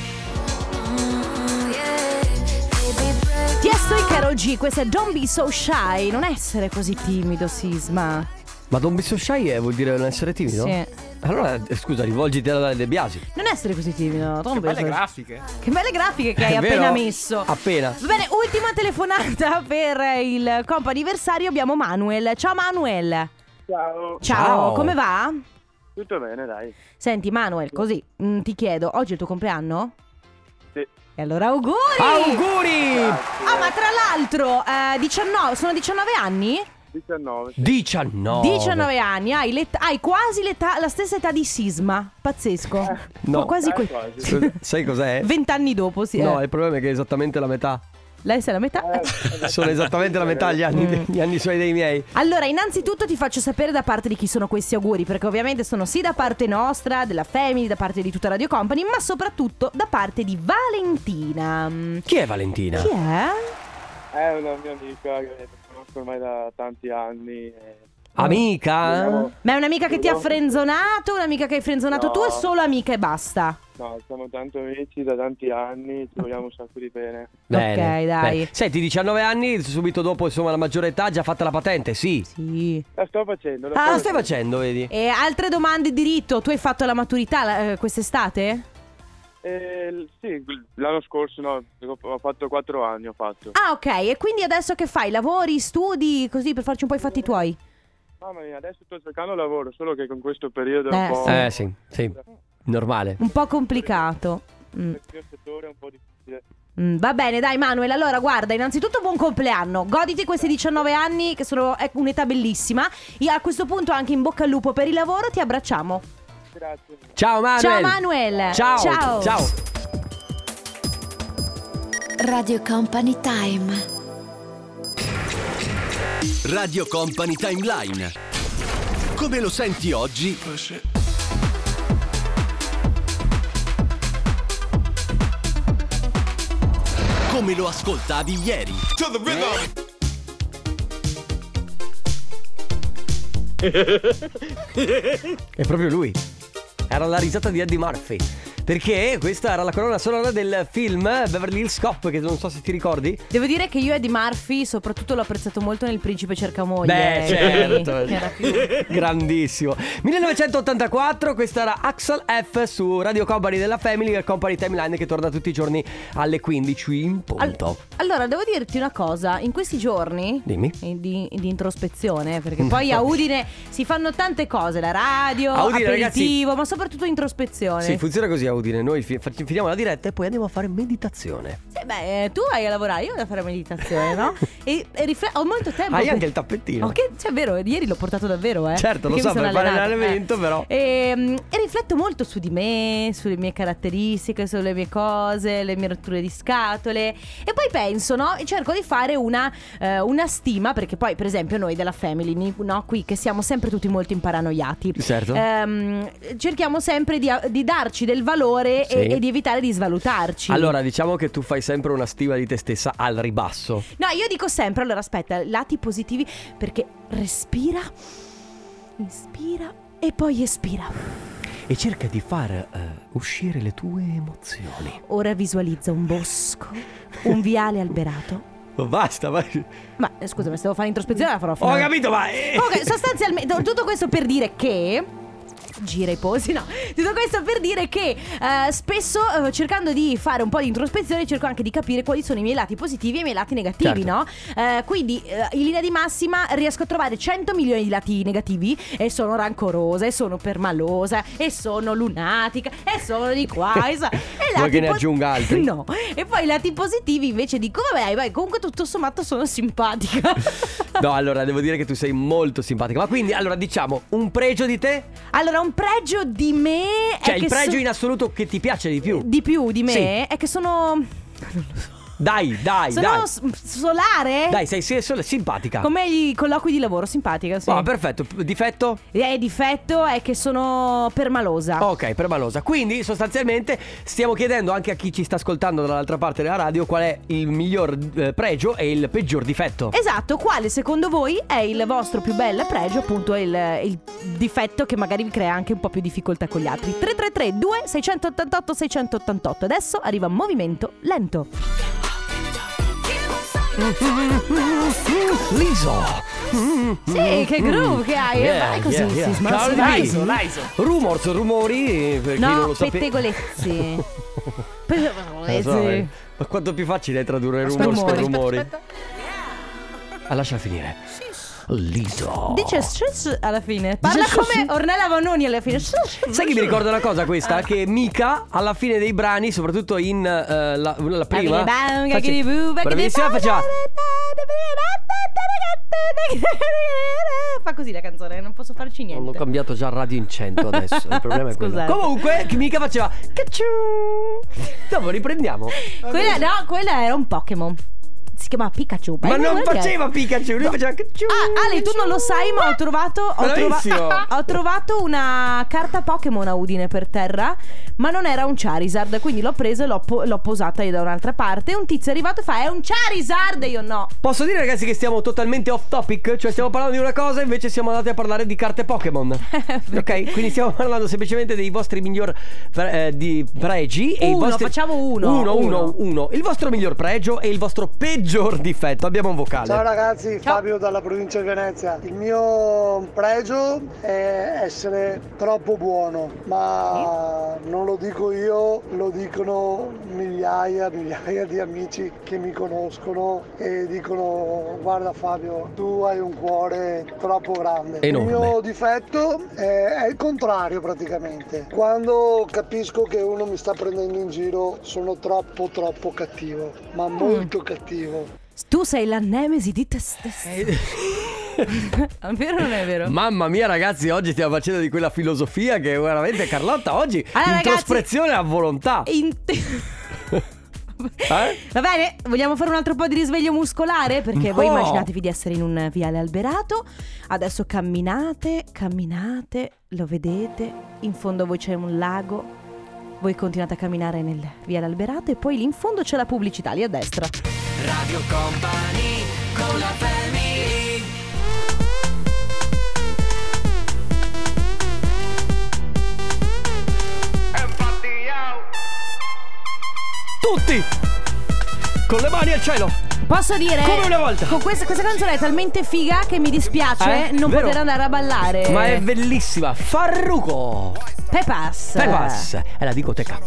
Speaker 2: Tiesto e Caro G, questo è Don't Be So Shy. Non essere così timido, Sisma.
Speaker 3: ma Don Bisso Shy eh, vuol dire non essere timido?
Speaker 2: Sì.
Speaker 3: Allora, eh, scusa, rivolgiti alla De Biasi.
Speaker 2: Non essere così timido. Don't
Speaker 9: Che
Speaker 2: be
Speaker 9: belle
Speaker 2: so-
Speaker 9: grafiche.
Speaker 2: Che belle grafiche che hai
Speaker 3: È vero?
Speaker 2: appena messo.
Speaker 3: Appena.
Speaker 2: Va bene, ultima telefonata per il comp anniversario. Abbiamo Manuel. Ciao Manuel.
Speaker 6: Ciao.
Speaker 2: Ciao,
Speaker 3: Ciao.
Speaker 2: come va?
Speaker 6: Tutto bene, dai.
Speaker 2: Senti Manuel, così mm, ti chiedo, oggi è il tuo compleanno?
Speaker 6: Sì.
Speaker 2: E allora auguri!
Speaker 3: Auguri!
Speaker 2: Ah, ma tra l'altro, eh, 19 sono 19 anni?
Speaker 6: 19.
Speaker 3: 19.
Speaker 2: 19 anni, hai, l'et- hai quasi l'età, la stessa età di Sisma. Pazzesco.
Speaker 3: No.
Speaker 2: Ma quasi
Speaker 6: Eh,
Speaker 2: que-
Speaker 6: quasi.
Speaker 3: S- Sai cos'è?
Speaker 2: 20 anni dopo, sì.
Speaker 3: No,
Speaker 2: eh.
Speaker 3: il problema è che è esattamente la metà.
Speaker 2: Lei sei la metà.
Speaker 6: Eh,
Speaker 3: Sono esattamente la metà gli anni, gli anni suoi dei miei.
Speaker 2: Allora, innanzitutto ti faccio sapere da parte di chi sono questi auguri, perché ovviamente sono sì da parte nostra, della Family, da parte di tutta Radio Company, ma soprattutto da parte di Valentina.
Speaker 3: Chi è Valentina?
Speaker 2: Chi è?
Speaker 6: Eh, È una mia amica che conosco ormai da tanti anni. eh.
Speaker 3: Amica?
Speaker 2: Ma è un'amica che ti ha
Speaker 6: No.
Speaker 2: frenzonato, un'amica che hai frenzonato
Speaker 6: No.
Speaker 2: tu e solo amica e basta.
Speaker 6: No, siamo tanto amici da tanti anni, ci vogliamo un sacco di bene.
Speaker 2: Ok, dai.
Speaker 3: Senti, 19 anni, subito dopo, insomma, la maggiore età, già fatta la patente, sì.
Speaker 2: Sì.
Speaker 6: La sto Eh, facendo. la
Speaker 3: Ah,
Speaker 6: sto
Speaker 3: lo stai facendo, vedi?
Speaker 2: E altre domande di diritto? Tu hai fatto la maturità la- eh, quest'estate?
Speaker 6: Eh, l- sì, l'anno scorso no, ho fatto 4 anni, ho fatto.
Speaker 2: Ah, ok. E quindi adesso che fai? Lavori, studi, così per farci un po' i fatti tuoi?
Speaker 6: Mamma mia, adesso sto cercando lavoro, solo che con questo periodo
Speaker 2: Eh,
Speaker 6: è un po'...
Speaker 3: Eh, sì, sì. Normale.
Speaker 2: Un po' complicato. Mm.
Speaker 6: Il mio settore è un po' difficile.
Speaker 2: Mm, va bene, dai Manuel, allora guarda, innanzitutto buon compleanno, goditi questi 19 anni che sono è un'età bellissima e a questo punto anche in bocca al lupo per il lavoro, ti abbracciamo.
Speaker 6: Grazie.
Speaker 3: Ciao Manuel.
Speaker 2: Ciao Manuel!
Speaker 3: Ciao.
Speaker 2: Ciao!
Speaker 3: Ciao.
Speaker 9: Radio Company Time.
Speaker 10: Radio Company Timeline. Come lo senti oggi? Come lo ascoltavi ieri?
Speaker 3: È proprio lui. Era la risata di Eddie Murphy. Perché questa era la colonna sonora del film Beverly Hills Cop, che non so se ti ricordi.
Speaker 2: Devo dire che io Eddie Murphy soprattutto l'ho apprezzato molto nel Principe cerca moglie.
Speaker 3: Beh,
Speaker 2: quindi- che Oh, era più-
Speaker 3: certo. Grandissimo. 1984, questa era Axel F su Radio Company della Family, il Company Timeline che torna tutti i giorni alle 15 in
Speaker 2: Al-
Speaker 3: punto.
Speaker 2: allora, devo dirti una cosa, in questi giorni
Speaker 3: Dimmi.
Speaker 2: eh, di, di introspezione, perché poi a Udine si fanno tante cose, la radio,
Speaker 3: A Udine,
Speaker 2: aperitivo, ma soprattutto introspezione.
Speaker 3: Sì, funziona così a Udine. Noi fi- fac- finiamo la diretta e poi andiamo a fare meditazione.
Speaker 2: Eh beh, eh, tu vai a lavorare, io vado a fare meditazione, no? E, e rifle- ho molto tempo.
Speaker 3: Hai
Speaker 2: per-
Speaker 3: anche il tappettino.
Speaker 2: Oh, che- cioè, è vero, ieri l'ho portato davvero, eh.
Speaker 3: Certo, lo
Speaker 2: Perché
Speaker 3: so,
Speaker 2: mi sono
Speaker 3: per fare
Speaker 2: allenata,
Speaker 3: l'allenamento,
Speaker 2: eh.
Speaker 3: però.
Speaker 2: E, mm, e rifletto molto su di me, sulle mie caratteristiche, sulle mie cose, le mie rotture di scatole. E poi penso, no? E cerco di fare una, eh, una stima, perché poi, per esempio, noi della Family, no? Qui che siamo sempre tutti molto imparanoiati.
Speaker 3: Certo.
Speaker 2: Ehm, cerchiamo sempre di, di darci del valore
Speaker 3: Sì.
Speaker 2: e, e di evitare di svalutarci.
Speaker 3: Allora, diciamo che tu fai sempre una stima di te stessa al ribasso.
Speaker 2: No, io dico sempre, allora aspetta, lati positivi, perché respira, inspira e poi espira.
Speaker 3: E cerca di far eh, uscire le tue emozioni.
Speaker 2: Ora visualizza un bosco, un viale alberato.
Speaker 3: Ma basta, ma.
Speaker 2: Ma eh, scusami, se devo fare introspezione la farò fino
Speaker 3: Ho
Speaker 2: alla-
Speaker 3: capito, ma.
Speaker 2: Ok, sostanzialmente, tutto questo per dire che. Gira i posi, no. Tutto questo per dire che eh, spesso eh, cercando di fare un po' di introspezione cerco anche di capire quali sono i miei lati positivi e i miei lati negativi,
Speaker 3: Certo.
Speaker 2: no? Eh, quindi eh, in linea di massima riesco a trovare 100 milioni di lati negativi e sono rancorosa, e sono permalosa, e sono lunatica, e sono di qua. e so- e
Speaker 3: Vuoi
Speaker 2: lati
Speaker 3: che ne
Speaker 2: po-
Speaker 3: aggiunga altri?
Speaker 2: No. E poi i lati positivi invece dico, vabbè, vai, comunque tutto sommato sono simpatica.
Speaker 3: No, allora devo dire che tu sei molto simpatica. Ma quindi, allora diciamo, un pregio di te?
Speaker 2: Allora, un pregio di me
Speaker 3: Cioè,
Speaker 2: è
Speaker 3: il
Speaker 2: che
Speaker 3: pregio
Speaker 2: so-
Speaker 3: in assoluto che ti piace di più?
Speaker 2: di più di me
Speaker 3: Sì.
Speaker 2: è che sono
Speaker 3: Dai, dai,
Speaker 2: sono
Speaker 3: dai.
Speaker 2: s- solare
Speaker 3: Dai, sei, sei solo simpatica.
Speaker 2: come gli colloqui di lavoro simpatica sì.
Speaker 3: Ah, perfetto. P- Difetto?
Speaker 2: e il difetto è che sono permalosa
Speaker 3: Ok, permalosa. Quindi, sostanzialmente, stiamo chiedendo anche a chi ci sta ascoltando dall'altra parte della radio qual è il miglior eh, pregio e il peggior difetto.
Speaker 2: Esatto, quale secondo voi è il vostro più bel pregio, appunto il, il difetto che magari vi crea anche un po' più difficoltà con gli altri? 333 2688 688 Adesso arriva Movimento Lento.
Speaker 3: Mm, Liso. Mm,
Speaker 2: Sì, che groove che hai! eh,
Speaker 3: Yeah,
Speaker 2: Vai così,
Speaker 3: yeah,
Speaker 2: si
Speaker 3: yeah.
Speaker 2: smansi,
Speaker 3: Cardi
Speaker 2: vai.
Speaker 3: B. Rumors, rumori, eh, per chi non
Speaker 2: No,
Speaker 3: lo sapeva.
Speaker 2: pettegolezzi.
Speaker 3: Eh, so, eh.
Speaker 2: pettegolezzi.
Speaker 3: Ma quanto più facile è tradurre
Speaker 2: Aspetta,
Speaker 3: rumors per
Speaker 2: aspetta,
Speaker 3: rumori. Ah, lascia finire.
Speaker 11: Lisa.
Speaker 3: Oh.
Speaker 2: Dice shush alla fine. Parla
Speaker 11: Dice
Speaker 2: come Ornella Vanoni alla fine.
Speaker 3: Sai che mi ricorda una cosa
Speaker 2: Ah.
Speaker 3: questa? Che Mika alla fine dei brani, soprattutto in eh, la, la prima, face- bravissima, faceva
Speaker 2: Fa così la canzone, non posso farci niente.
Speaker 3: Hanno cambiato già radio in 100 adesso. Il problema è quello.
Speaker 2: Scusate.
Speaker 3: Comunque, che mica faceva. Cacciu! Dopo riprendiamo.
Speaker 2: Quella, no, quella era un Pokémon. Si chiamava Pikachu.
Speaker 3: Ma
Speaker 2: Eh,
Speaker 3: non
Speaker 2: perché?
Speaker 3: faceva Pikachu, lui faceva cacciu!
Speaker 2: Ah, Ale, tu non lo sai, ma ho trovato. Ho, trova-
Speaker 3: Bravissimo.
Speaker 2: ho trovato una carta Pokémon a Udine per terra, ma non era un Charizard. Quindi l'ho presa e l'ho, po- l'ho posata io da un'altra parte. E un tizio è arrivato e fa: È un Charizard! E io no.
Speaker 3: Posso dire ragazzi che stiamo totalmente off topic? Cioè stiamo parlando di una cosa e invece siamo andati a parlare di carte Pokémon. ok, quindi stiamo parlando semplicemente dei vostri miglior pre- eh, di pregi e i
Speaker 2: Uno,
Speaker 3: vostri...
Speaker 2: facciamo uno,
Speaker 3: uno. Uno,
Speaker 2: uno.
Speaker 3: uno. Il vostro miglior pregio e il vostro peggior difetto. Abbiamo un vocale.
Speaker 12: Ciao ragazzi, Fabio dalla provincia di Venezia. Il mio pregio è essere troppo buono, ma non lo dico io, lo dicono migliaia, migliaia di amici che mi conoscono e dicono guarda Fabio, tu hai un cuore troppo grande.
Speaker 3: Enorme.
Speaker 12: Il mio difetto è, è il contrario praticamente. Quando capisco che uno mi sta prendendo in giro sono troppo troppo cattivo, ma molto cattivo.
Speaker 2: Tu sei la nemesi di te stesso. è vero o non è vero?
Speaker 3: Mamma mia ragazzi, oggi stiamo facendo di quella filosofia che veramente Carlotta oggi
Speaker 2: Allora,
Speaker 3: introspezione a volontà.
Speaker 2: In-
Speaker 3: Eh?
Speaker 2: Va bene, vogliamo fare un altro po' di risveglio muscolare? Perché voi
Speaker 3: No.
Speaker 2: immaginatevi di essere in un viale alberato, adesso camminate, camminate, lo vedete, in fondo a voi c'è un lago, voi continuate a camminare nel viale alberato e poi lì in fondo c'è la pubblicità, lì a destra.
Speaker 4: Radio Company con la family
Speaker 3: Tutti! Con le mani al cielo!
Speaker 2: Posso dire?
Speaker 3: Come una volta.
Speaker 2: Con questa, questa canzone è talmente figa che mi dispiace
Speaker 3: Eh,
Speaker 2: non
Speaker 3: vero.
Speaker 2: poter andare a ballare.
Speaker 3: Ma è bellissima! Farruco!
Speaker 2: Pepas.
Speaker 3: Pepas! È Eh, la dicoteca.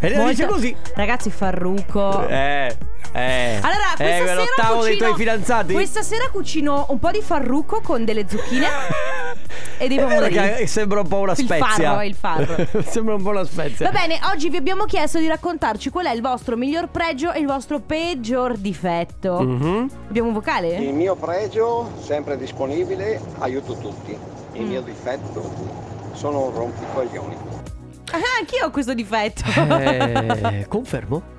Speaker 3: E la dice
Speaker 2: Molto-
Speaker 3: così!
Speaker 2: Ragazzi, Farruco.
Speaker 3: Eh, eh.
Speaker 2: Allora,
Speaker 3: eh,
Speaker 2: questa sera
Speaker 3: l'ottavo
Speaker 2: cucino,
Speaker 3: dei tuoi fidanzati.
Speaker 2: Questa sera cucino un po' di farruco con delle zucchine e dei
Speaker 3: È vero
Speaker 2: pomodorini.
Speaker 3: che sembra un po' una
Speaker 2: Il
Speaker 3: spezia.
Speaker 2: farro, il farro.
Speaker 3: sembra un po' una spezia.
Speaker 2: Va bene, oggi vi abbiamo chiesto di raccontarci qual è il vostro miglior pregio e il vostro peggior difetto.
Speaker 3: Mhm.
Speaker 2: Abbiamo un vocale?
Speaker 13: Il mio pregio, sempre disponibile, aiuto tutti. Il
Speaker 2: Mm.
Speaker 13: mio difetto, sono un rompicoglioni.
Speaker 2: Ah, anch'io ho questo difetto.
Speaker 3: Eh, confermo.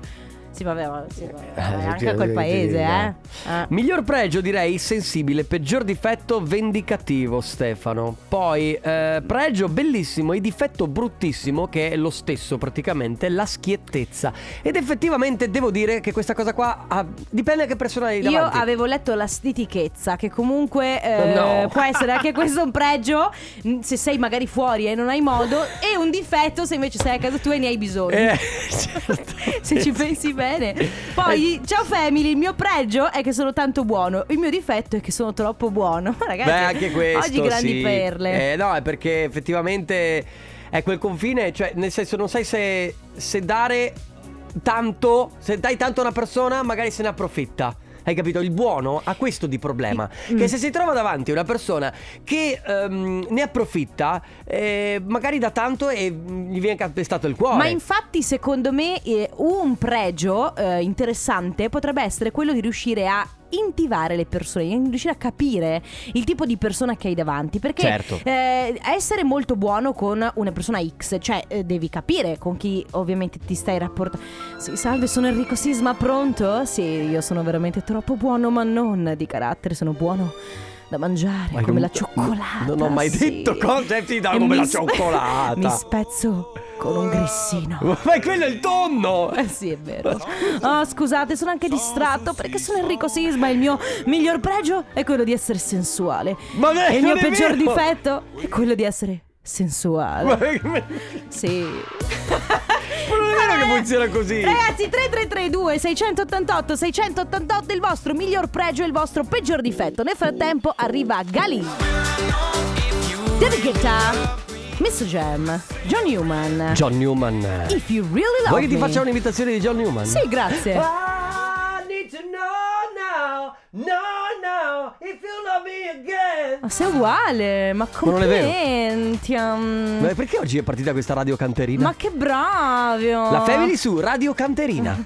Speaker 2: sì, vabbè, ma- sì, vabbè,
Speaker 3: Eh,
Speaker 2: anche
Speaker 3: sì,
Speaker 2: a quel
Speaker 3: sì,
Speaker 2: paese,
Speaker 3: sì,
Speaker 2: eh.
Speaker 3: no.
Speaker 2: Ah.
Speaker 3: Miglior pregio direi sensibile, peggior difetto vendicativo Stefano. Poi eh, pregio bellissimo e difetto bruttissimo che è lo stesso praticamente, la schiettezza. Ed effettivamente devo dire che questa cosa qua ah, dipende che persona hai
Speaker 2: Io
Speaker 3: davanti.
Speaker 2: avevo letto la stitichezza, che comunque eh,
Speaker 3: No.
Speaker 2: può essere anche questo un pregio mh, se sei magari fuori e non hai modo, e un difetto se invece sei a casa tua e ne hai bisogno.
Speaker 3: Eh, certo. Eh,
Speaker 2: Se ci pensi bene. Poi, ciao family, il mio pregio è che sono tanto buono, il mio difetto è che sono troppo buono. Ragazzi,
Speaker 3: Beh, anche questo
Speaker 2: oggi grandi
Speaker 3: sì.
Speaker 2: perle.
Speaker 3: Eh, no, è perché effettivamente è quel confine, cioè nel senso non sai se, se dare tanto, se dai tanto a una persona magari se ne approfitta. Hai capito? Il buono ha questo di problema.
Speaker 2: Mm.
Speaker 3: Che se si trova davanti una persona che ehm, ne approfitta, eh, magari da tanto e mm, gli viene calpestato il cuore.
Speaker 2: Ma infatti, secondo me, eh, un pregio eh, interessante potrebbe essere quello di riuscire a intivare le persone, di riuscire a capire il tipo di persona che hai davanti. Perché
Speaker 3: Certo.
Speaker 2: eh, essere molto buono con una persona X, cioè eh, devi capire con chi ovviamente ti stai rapportando. Sì, salve, sono Enrico Sisma, pronto? Sì, io sono veramente troppo buono, ma non di carattere, sono buono. Da mangiare
Speaker 3: Ma
Speaker 2: come
Speaker 3: non-
Speaker 2: la cioccolata.
Speaker 3: non ho mai
Speaker 2: sì.
Speaker 3: detto concetti da
Speaker 2: E
Speaker 3: come
Speaker 2: mi
Speaker 3: la
Speaker 2: spe-
Speaker 3: cioccolata.
Speaker 2: mi spezzo con un grissino.
Speaker 3: Ma è quello è il tonno!
Speaker 2: Eh sì, è vero. Oh,
Speaker 3: cioè,
Speaker 2: scusate, sono anche distratto perché sono Enrico Sisma e il mio miglior pregio è quello di essere sensuale.
Speaker 3: Ma no,
Speaker 2: e il mio
Speaker 3: non è
Speaker 2: peggior
Speaker 3: vero!
Speaker 2: difetto è quello di essere sensuale.
Speaker 3: Ma come-
Speaker 2: Sì.
Speaker 3: Ma non è vero che funziona così.
Speaker 2: Ragazzi, 3332 688 688 il vostro miglior pregio e il vostro peggior difetto. Nel frattempo arriva Galì. David Guetta. Mr. Jam. John Newman.
Speaker 3: John Newman.
Speaker 2: If you really love
Speaker 3: Vuoi che ti
Speaker 2: me.
Speaker 3: faccia un'imitazione di John Newman?
Speaker 2: Sì, grazie.
Speaker 3: I need to know now, know now, if you love me again.
Speaker 2: sei uguale, ma
Speaker 3: Ma non è vero.
Speaker 2: complimenti. um.
Speaker 3: Ma perché oggi è partita questa radio canterina?
Speaker 2: Ma che bravo!
Speaker 3: La Family su Radio Canterina.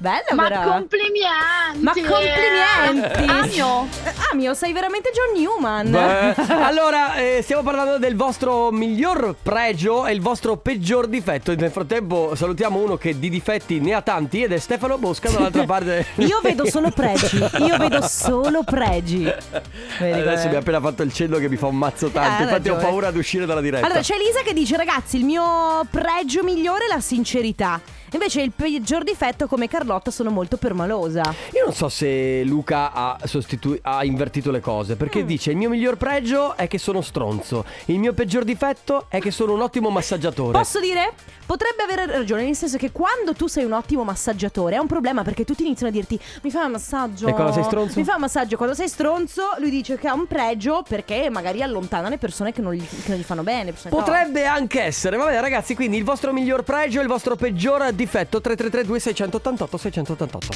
Speaker 2: Bella
Speaker 11: Ma
Speaker 2: però.
Speaker 11: complimenti!
Speaker 2: Ma complimenti!
Speaker 11: Amio!
Speaker 2: Eh, Amio, sei veramente John Newman.
Speaker 3: Beh, allora, eh, stiamo parlando del vostro miglior pregio e il vostro peggior difetto. Nel frattempo salutiamo uno che di difetti ne ha tanti ed è Stefano Bosca dall'altra parte.
Speaker 2: Io vedo solo pregi, io vedo solo pregi. Vedi
Speaker 3: Adesso
Speaker 2: com'è?
Speaker 3: mi ha appena fatto il cenno che mi fa un mazzo tanto.
Speaker 2: Eh,
Speaker 3: Infatti ho
Speaker 2: ragione.
Speaker 3: paura ad uscire dalla diretta.
Speaker 2: Allora c'è Elisa che dice ragazzi il mio pregio migliore è la sincerità. Invece il peggior difetto come Carlotta sono molto permalosa.
Speaker 3: Io non so se Luca ha, sostitu- ha invertito le cose, perché dice il mio miglior pregio è che sono stronzo, il mio peggior difetto è che sono un ottimo massaggiatore.
Speaker 2: Posso dire? Potrebbe avere ragione, nel senso che quando tu sei un ottimo massaggiatore è un problema perché tutti iniziano a dirti mi fai un massaggio.
Speaker 3: E quando sei stronzo?
Speaker 2: Mi fai un massaggio. Quando sei stronzo lui dice che ha un pregio perché magari allontana le persone che non gli, che non gli fanno bene. le persone che-
Speaker 3: Potrebbe anche essere, vabbè ragazzi, quindi il vostro miglior pregio e il vostro peggior difetto 3332 688 688.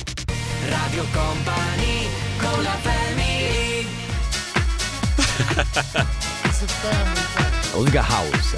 Speaker 4: Radio Company con la family.
Speaker 3: Olga House,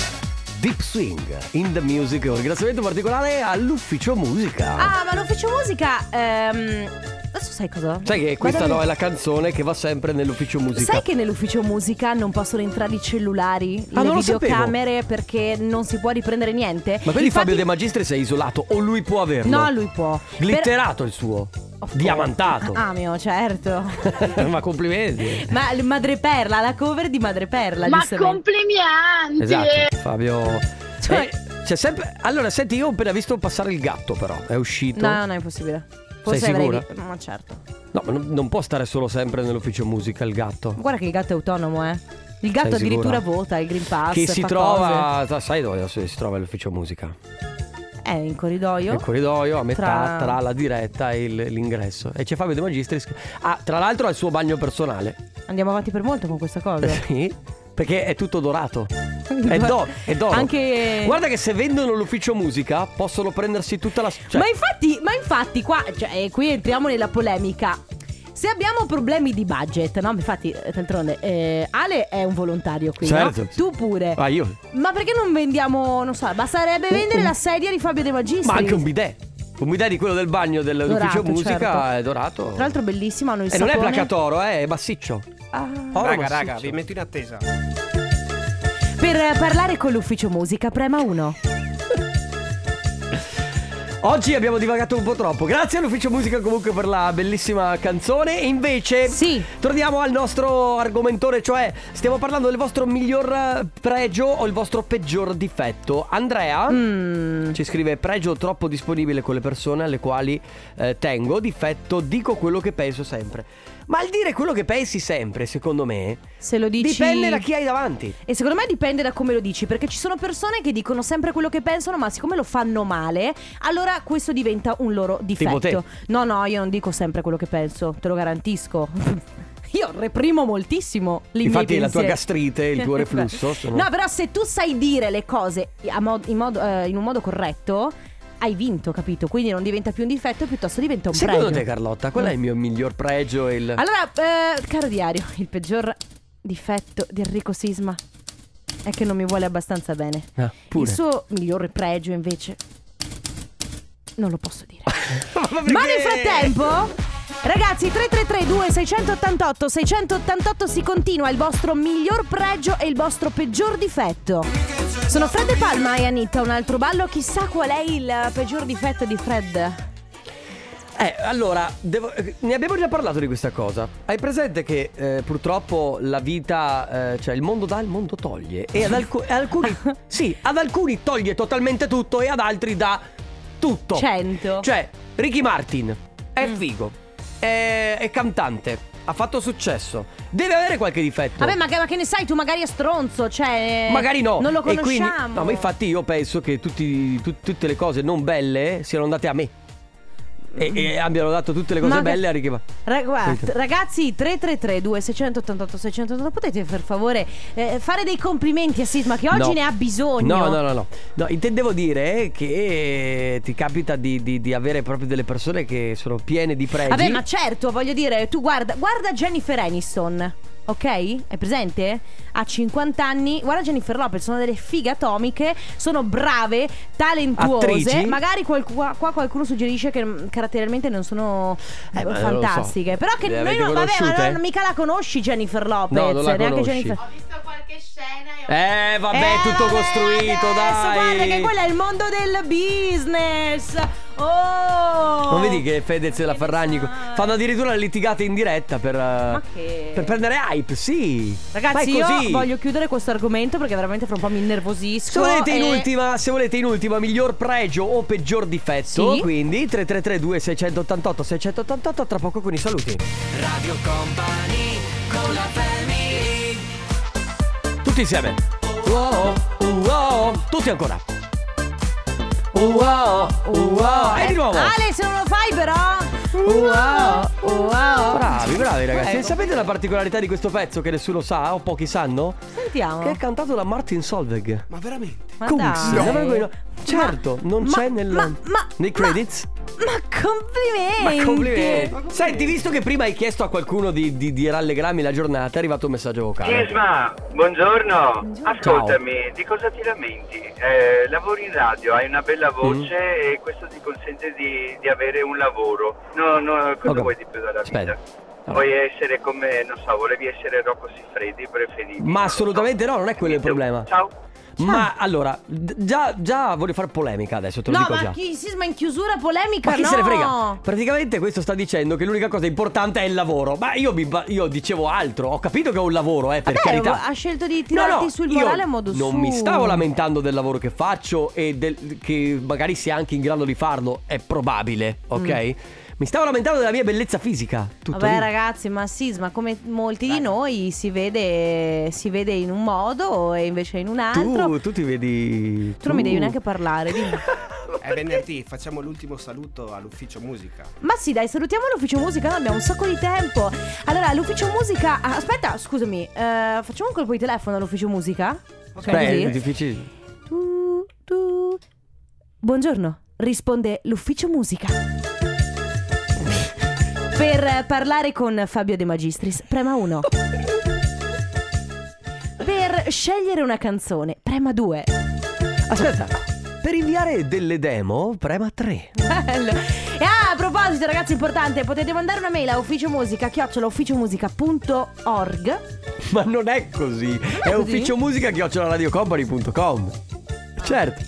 Speaker 3: Deep Swing in the Music, un ringraziamento particolare all'ufficio musica.
Speaker 2: Ah, ma l'ufficio musica... ehm, Adesso sai cosa?
Speaker 3: Sai che questa
Speaker 2: Guarda
Speaker 3: no
Speaker 2: lì.
Speaker 3: è la canzone che va sempre nell'ufficio musica.
Speaker 2: Sai che nell'ufficio musica non possono entrare i cellulari,
Speaker 3: Ah,
Speaker 2: le
Speaker 3: non lo sapevo.
Speaker 2: videocamere perché non si può riprendere niente?
Speaker 3: Ma vedi
Speaker 2: Infatti-
Speaker 3: Fabio De Magistri si è isolato o lui può averlo?
Speaker 2: No, lui può.
Speaker 3: Glitterato il suo. Diamantato.
Speaker 2: Ah, mio, certo.
Speaker 3: Ma complimenti.
Speaker 2: Ma il Madreperla, la cover di Madreperla.
Speaker 11: Ma
Speaker 2: giustamente.
Speaker 11: complimenti!
Speaker 3: Esatto, Fabio.
Speaker 2: Cioè-
Speaker 3: Eh, c'è sempre... Allora, senti, io ho appena visto passare il gatto, però. È uscito.
Speaker 2: No, no, è impossibile. Forse
Speaker 3: Sei
Speaker 2: avrei
Speaker 3: sicura?
Speaker 2: vi- Ma certo.
Speaker 3: No, ma non, non può stare solo sempre nell'ufficio musica il gatto.
Speaker 2: Guarda che il gatto è autonomo, eh. Il gatto
Speaker 3: Sei sicura?
Speaker 2: addirittura vota il Green Pass.
Speaker 3: che si
Speaker 2: fa
Speaker 3: trova. Sai dove adesso si trova l'ufficio musica?
Speaker 2: cose. Eh, in corridoio.
Speaker 3: Nel corridoio, a metà
Speaker 2: Tra-
Speaker 3: tra, la diretta e il- l'ingresso. E c'è Fabio De Magistris. Ah, tra l'altro ha il suo bagno personale.
Speaker 2: Andiamo avanti per molto con questa cosa.
Speaker 3: Sì. Perché è tutto dorato. È, do- è d'oro.
Speaker 2: Anche-
Speaker 3: Guarda che se vendono l'ufficio musica possono prendersi tutta la... Cioè,
Speaker 2: Ma infatti, ma infatti qua, cioè, eh, qui entriamo nella polemica. Se abbiamo problemi di budget, no? Infatti, eh, d'altronde, eh, Ale è un volontario qui, no?
Speaker 3: Certo.
Speaker 2: Tu pure.
Speaker 3: Ah, io.
Speaker 2: Ma perché non vendiamo, non so, basterebbe vendere la sedia di Fabio De Magistris.
Speaker 3: Ma anche un bidet. Un bidet di quello del bagno
Speaker 2: Dorato,
Speaker 3: dell'ufficio musica
Speaker 2: certo.
Speaker 3: è dorato.
Speaker 2: Tra l'altro bellissimo, hanno il
Speaker 3: E non è
Speaker 2: sapone.
Speaker 3: placatoro, eh, è bassiccio.
Speaker 2: Ah.
Speaker 3: Oro
Speaker 14: Raga,
Speaker 3: massiccio.
Speaker 14: raga, vi metto in attesa.
Speaker 2: Per eh, parlare con l'ufficio musica, prema 1.
Speaker 3: Oggi abbiamo divagato un po' troppo. Grazie all'ufficio musica comunque per la bellissima canzone. E invece torniamo al nostro argomentone, cioè stiamo parlando del vostro miglior eh, pregio o il vostro peggior difetto. Andrea
Speaker 2: Mm.
Speaker 3: ci scrive pregio troppo disponibile con le persone alle quali eh, tengo, difetto dico quello che penso sempre. Ma il dire quello che pensi sempre, secondo me,
Speaker 2: Se lo dici.
Speaker 3: dipende da chi hai davanti.
Speaker 2: E secondo me dipende da come lo dici, perché ci sono persone che dicono sempre quello che pensano, ma siccome lo fanno male, allora questo diventa un loro difetto.
Speaker 3: Tipo te.
Speaker 2: No, no, io non dico sempre quello che penso, te lo garantisco. Io reprimo moltissimo i miei
Speaker 3: Infatti la tua
Speaker 2: pensieri.
Speaker 3: gastrite, il tuo reflusso sono-
Speaker 2: No, però se tu sai dire le cose a mod- in, modo- eh, in un modo corretto, hai vinto, capito? Quindi non diventa più un difetto, piuttosto diventa un
Speaker 3: Secondo
Speaker 2: pregio.
Speaker 3: te Carlotta, qual è il mio miglior pregio e il
Speaker 2: Allora, eh, caro diario, il peggior difetto di Enrico Sisma è che non mi vuole abbastanza bene.
Speaker 3: Ah, pure.
Speaker 2: Il suo migliore pregio, invece, non lo posso dire.
Speaker 3: Ma
Speaker 2: nel frattempo. Ragazzi, 3332 688 688 si continua il vostro miglior pregio e il vostro peggior difetto. Sono Fred e Palma e Anitta, un altro ballo, chissà qual è il peggior difetto di Fred.
Speaker 3: Eh, allora, devo- eh, ne abbiamo già parlato di questa cosa. Hai presente che eh, purtroppo la vita, eh, cioè il mondo dà, il mondo toglie. E ad, alcu- e ad alcuni, sì, ad alcuni toglie totalmente tutto e ad altri dà tutto.
Speaker 2: 100.
Speaker 3: Cioè, Ricky Martin
Speaker 2: Mm.
Speaker 3: è figo, è, è cantante, ha fatto successo, deve avere qualche difetto.
Speaker 2: Vabbè, ma che, ma che ne sai, tu magari è stronzo, cioè.
Speaker 3: Magari no.
Speaker 2: Non lo
Speaker 3: E
Speaker 2: conosciamo.
Speaker 3: quindi- no, ma infatti io penso che tutti- tu- tutte le cose non belle siano andate a me. E, e abbiano dato tutte le cose
Speaker 2: Mm. Ma che-
Speaker 3: belle a Ricky Martin.
Speaker 2: Ra- guarda,
Speaker 3: Senti.
Speaker 2: ragazzi 333 2688 688 potete per favore eh, fare dei complimenti a Sisma che oggi
Speaker 3: No.
Speaker 2: ne ha bisogno
Speaker 3: No, no, no, no. No, intendevo dire che eh, ti capita di, di- di avere proprio delle persone che sono piene di pregi.
Speaker 2: Vabbè ma certo voglio dire tu guarda, guarda Jennifer Aniston ok? È presente? Ha 50 anni. Guarda Jennifer Lopez, sono delle fighe atomiche, sono brave, talentuose.
Speaker 3: Attrici.
Speaker 2: Magari qualcu- qua qualcuno suggerisce che mm, caratterialmente non sono eh,
Speaker 3: ma non lo
Speaker 2: fantastiche.
Speaker 3: so.
Speaker 2: Però che
Speaker 3: Le
Speaker 2: noi
Speaker 3: avete
Speaker 2: non, vabbè, ma
Speaker 3: conosciute?
Speaker 2: non- mica la conosci Jennifer Lopez,
Speaker 3: No, non la
Speaker 2: neanche
Speaker 3: conosci.
Speaker 2: Jennifer.
Speaker 3: Eh, vabbè,
Speaker 2: Eh,
Speaker 3: tutto
Speaker 2: vabbè,
Speaker 3: costruito,
Speaker 2: Adesso
Speaker 3: dai.
Speaker 2: guarda che quello è il mondo del business. Oh!
Speaker 3: Non vedi che Fedez e la Ferragni fanno addirittura le litigate in diretta per, eh,
Speaker 2: eh. che-
Speaker 3: per prendere hype, sì.
Speaker 2: Ragazzi,
Speaker 3: Ma è
Speaker 2: io
Speaker 3: così.
Speaker 2: voglio chiudere questo argomento perché veramente fra un po' mi innervosisco.
Speaker 3: Se volete, in
Speaker 2: e-
Speaker 3: ultima, se volete in ultima, miglior pregio o peggior difetto,
Speaker 2: Sì.
Speaker 3: quindi 3332 688 688 tra poco con i saluti.
Speaker 4: Radio Company con la family
Speaker 3: Tutti insieme. Wow, wow, tutti ancora. Wow, wow, e di nuovo.
Speaker 2: Ale, se non lo fai però.
Speaker 3: Bravi, bravi ragazzi.
Speaker 2: Prego.
Speaker 3: E sapete la particolarità di questo pezzo che nessuno sa o pochi sanno?
Speaker 2: Sentiamo.
Speaker 3: Che è cantato da Martin Solveig. Ma veramente?
Speaker 2: Ma
Speaker 3: Kungs.
Speaker 2: dai.
Speaker 3: No. No. Certo, non c'è nel, nei credits.
Speaker 2: Complimenti.
Speaker 3: Ma complimenti. Senti, visto che prima hai chiesto a qualcuno di, di- di rallegrarmi la giornata, è arrivato un messaggio vocale.
Speaker 14: Isma, buongiorno. Ascoltami,
Speaker 3: Ciao.
Speaker 14: di cosa ti lamenti? Eh, lavori in radio, hai una bella
Speaker 3: Mm.
Speaker 14: voce e questo ti consente di, di avere un lavoro. No, no, cosa
Speaker 3: Ok.
Speaker 14: vuoi di più dalla
Speaker 3: Aspetta.
Speaker 14: vita? Vuoi essere come, non so, volevi essere Rocco Siffredi, preferivi.
Speaker 3: Ma assolutamente no, non è quello il problema.
Speaker 14: Ciao.
Speaker 3: Ma allora, d- già, già voglio fare polemica adesso, te lo
Speaker 2: No,
Speaker 3: dico
Speaker 2: ma
Speaker 3: già.
Speaker 2: chi sisma in chiusura polemica?
Speaker 3: Ma chi
Speaker 2: no.
Speaker 3: se ne frega? Praticamente questo sta dicendo che l'unica cosa importante è il lavoro. Ma io, mi ba- io dicevo altro, ho capito che ho un lavoro, eh, per
Speaker 2: Beh,
Speaker 3: carità.
Speaker 2: ha scelto di
Speaker 3: No,
Speaker 2: tirarti
Speaker 3: no,
Speaker 2: sul
Speaker 3: io
Speaker 2: morale a modo suo.
Speaker 3: non mi stavo lamentando del lavoro che faccio e del- che magari sia anche in grado di farlo, è probabile, ok? Mi stavo lamentando della mia bellezza fisica. Tutto
Speaker 2: Mm. Vabbè
Speaker 3: lì.
Speaker 2: ragazzi, ma sisma come molti di noi si vede, si vede in un modo e invece in un altro.
Speaker 3: Tu, tu ti vedi.
Speaker 2: Tu non mi devi neanche parlare, dimmi.
Speaker 15: È venerdì, facciamo l'ultimo saluto all'ufficio musica.
Speaker 2: Ma sì, dai, salutiamo l'ufficio musica, noi abbiamo un sacco di tempo. Allora, l'ufficio musica. ah, Aspetta, scusami, eh, facciamo un colpo di telefono all'ufficio musica? Ok.
Speaker 3: Beh, è difficile.
Speaker 2: Buongiorno, risponde l'ufficio musica. Per eh, parlare con Fabio De Magistris, prema 1. Per scegliere una canzone, prema 2.
Speaker 3: Aspetta, per inviare delle demo, prema 3.
Speaker 2: Bello. E ah, a proposito, ragazzi, importante, potete mandare una mail a ufficiomusica ufficiomusica.org.
Speaker 3: Ma non è così. È
Speaker 2: così?
Speaker 3: ufficio musica radiocompany.com. Certo,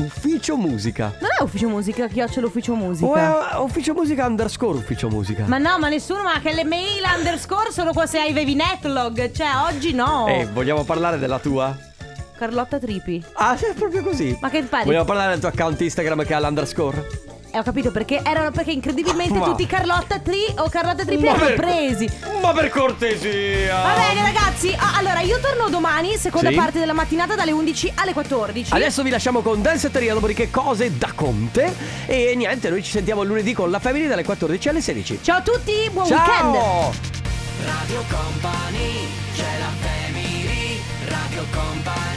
Speaker 3: ufficio musica.
Speaker 2: Non è ufficio musica ufficio
Speaker 3: O
Speaker 2: musica.
Speaker 3: è ufficio musica underscore ufficio musica.
Speaker 2: Ma no, ma nessuno, ma che le mail underscore sono qua se hai Vevinetlog. Cioè, oggi no.
Speaker 3: Eh, vogliamo parlare della tua?
Speaker 2: Carlotta Tripi.
Speaker 3: Ah, è proprio così.
Speaker 2: Ma che pari?
Speaker 3: Vogliamo parlare del tuo account Instagram che ha l'underscore?
Speaker 2: Eh, ho capito perché erano perché incredibilmente
Speaker 3: Ma-
Speaker 2: tutti Carlotta Tri o Carlotta Tripi
Speaker 3: Ma
Speaker 2: erano
Speaker 3: per-
Speaker 2: presi.
Speaker 3: Ma per cortesia!
Speaker 2: Va bene ragazzi, ah, allora io torno domani, seconda
Speaker 3: Sì.
Speaker 2: parte della mattinata dalle 11 alle 14.
Speaker 3: Adesso vi lasciamo con Danzetteria, dopodiché cose da Conte. E niente, noi ci sentiamo lunedì con la Family dalle 14 alle 16.
Speaker 2: Ciao a tutti, buon
Speaker 3: Ciao!
Speaker 2: weekend!
Speaker 4: Radio Company c'è la family Radio Company